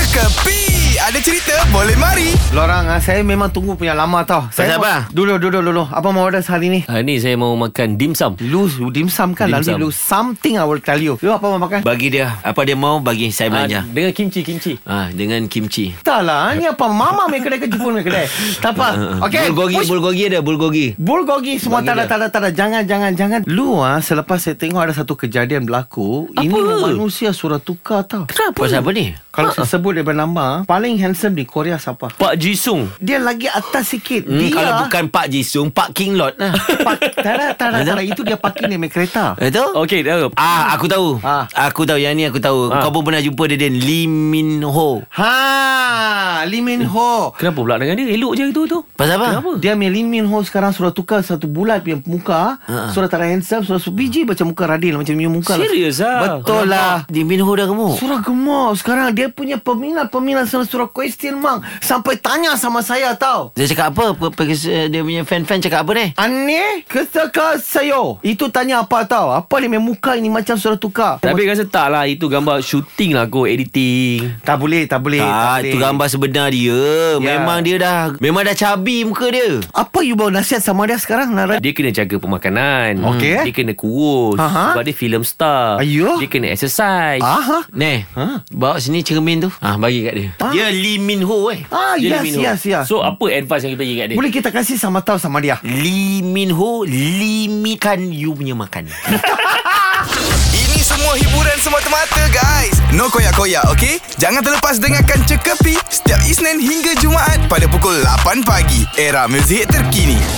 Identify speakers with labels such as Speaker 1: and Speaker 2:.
Speaker 1: Kepi Ada cerita boleh mari
Speaker 2: Lorang ah, saya memang tunggu punya lama tau. Saya
Speaker 3: Pasal apa?
Speaker 2: mau, dulu dulu dulu. Apa mau order hari ni?
Speaker 3: Hari ni saya mau makan dimsum.
Speaker 2: Lu dimsum kan
Speaker 3: Dim
Speaker 2: nanti
Speaker 3: sum.
Speaker 2: lu something I will tell you. Lu apa mau makan?
Speaker 4: Bagi dia Apa dia mau Bagi saya belanja
Speaker 3: Ah, dengan kimchi kimchi.
Speaker 4: Ah, dengan kimchi.
Speaker 2: Tak lah, ni apa mama main kedai ke Jepun main kedai. Tak apa. Okay.
Speaker 4: Ah, Bulgogi,
Speaker 2: push.
Speaker 4: bulgogi ada bulgogi.
Speaker 2: Bulgogi semua tak ada, tak ada, tak ada. Jangan, jangan, jangan. Lu ah, selepas saya tengok ada satu kejadian berlaku. Apa? Ini manusia surat tukar tau.
Speaker 4: Kenapa? Pasal apa ni?
Speaker 2: Kalau saya sebut daripada nama, ah, paling handsome di Korea siapa?
Speaker 3: Pak Jisung.
Speaker 2: Dia lagi atas sikit.
Speaker 4: Hmm,
Speaker 2: Dia
Speaker 4: kalau bukan Pak Jisung, Pak King Lot lah.
Speaker 2: Pak, tak ada, tak ada, tak ada. Itu dia parking dia main kereta.
Speaker 4: Itu?
Speaker 3: Okey, dah.
Speaker 4: Ah, aku tahu.
Speaker 2: Ah.
Speaker 4: Aku tahu yang ni aku tahu.
Speaker 3: Ah.
Speaker 4: Kau pun pernah jumpa dia Din Lee Min Ho.
Speaker 2: Ha, Lee Min Ho.
Speaker 3: Kenapa pula dengan dia? Elok je itu tu.
Speaker 4: Pasal apa?
Speaker 3: Kenapa?
Speaker 2: Dia punya Lee Min Ho sekarang sudah tukar satu bulat punya muka.
Speaker 4: Ha.
Speaker 2: Sudah tak ada handsome, sudah sebiji macam muka Radil macam punya muka. lah.
Speaker 3: Serius ah.
Speaker 2: Betul lah.
Speaker 4: Lee Min Ho dah gemuk.
Speaker 2: Surah gemuk sekarang dia punya peminat-peminat sudah surah question mark sampai tanya sama saya tau.
Speaker 4: Dia cakap apa? Pe- pe- Dia punya fan-fan cakap apa ni?
Speaker 2: Aneh kesaka saya Itu tanya apa tau Apa dia punya muka ini macam sudah tukar
Speaker 3: Tapi rasa tak lah Itu gambar shooting lah kot Editing
Speaker 2: Tak boleh Tak boleh
Speaker 4: Ah,
Speaker 2: boleh.
Speaker 4: itu gambar sebenar dia. Memang dia dah memang dah cabi muka dia.
Speaker 2: Apa you bawa nasihat sama dia sekarang Nara?
Speaker 3: dia kena jaga pemakanan
Speaker 2: Okey. eh?
Speaker 3: Dia kena kurus
Speaker 2: Aha.
Speaker 3: Sebab dia film star
Speaker 2: Ayuh.
Speaker 3: Dia kena exercise
Speaker 2: Aha
Speaker 4: Neh.
Speaker 2: Ha?
Speaker 4: Bawa sini cermin tu. Ah, bagi kat dia.
Speaker 2: Ah.
Speaker 4: Dia Lee Min Ho eh.
Speaker 2: Ah,
Speaker 3: Dia
Speaker 2: yes,
Speaker 3: minum.
Speaker 2: yes, yes.
Speaker 3: So apa advice yang kita bagi kat dia
Speaker 2: boleh kita kasih sama tahu sama dia.
Speaker 4: Lee Min Ho Limikan you punya makan
Speaker 1: Ini semua hiburan semata-mata guys No koyak-koyak ok Jangan terlepas dengarkan Cekapi Setiap Isnin hingga Jumaat Pada pukul 8 pagi Era muzik terkini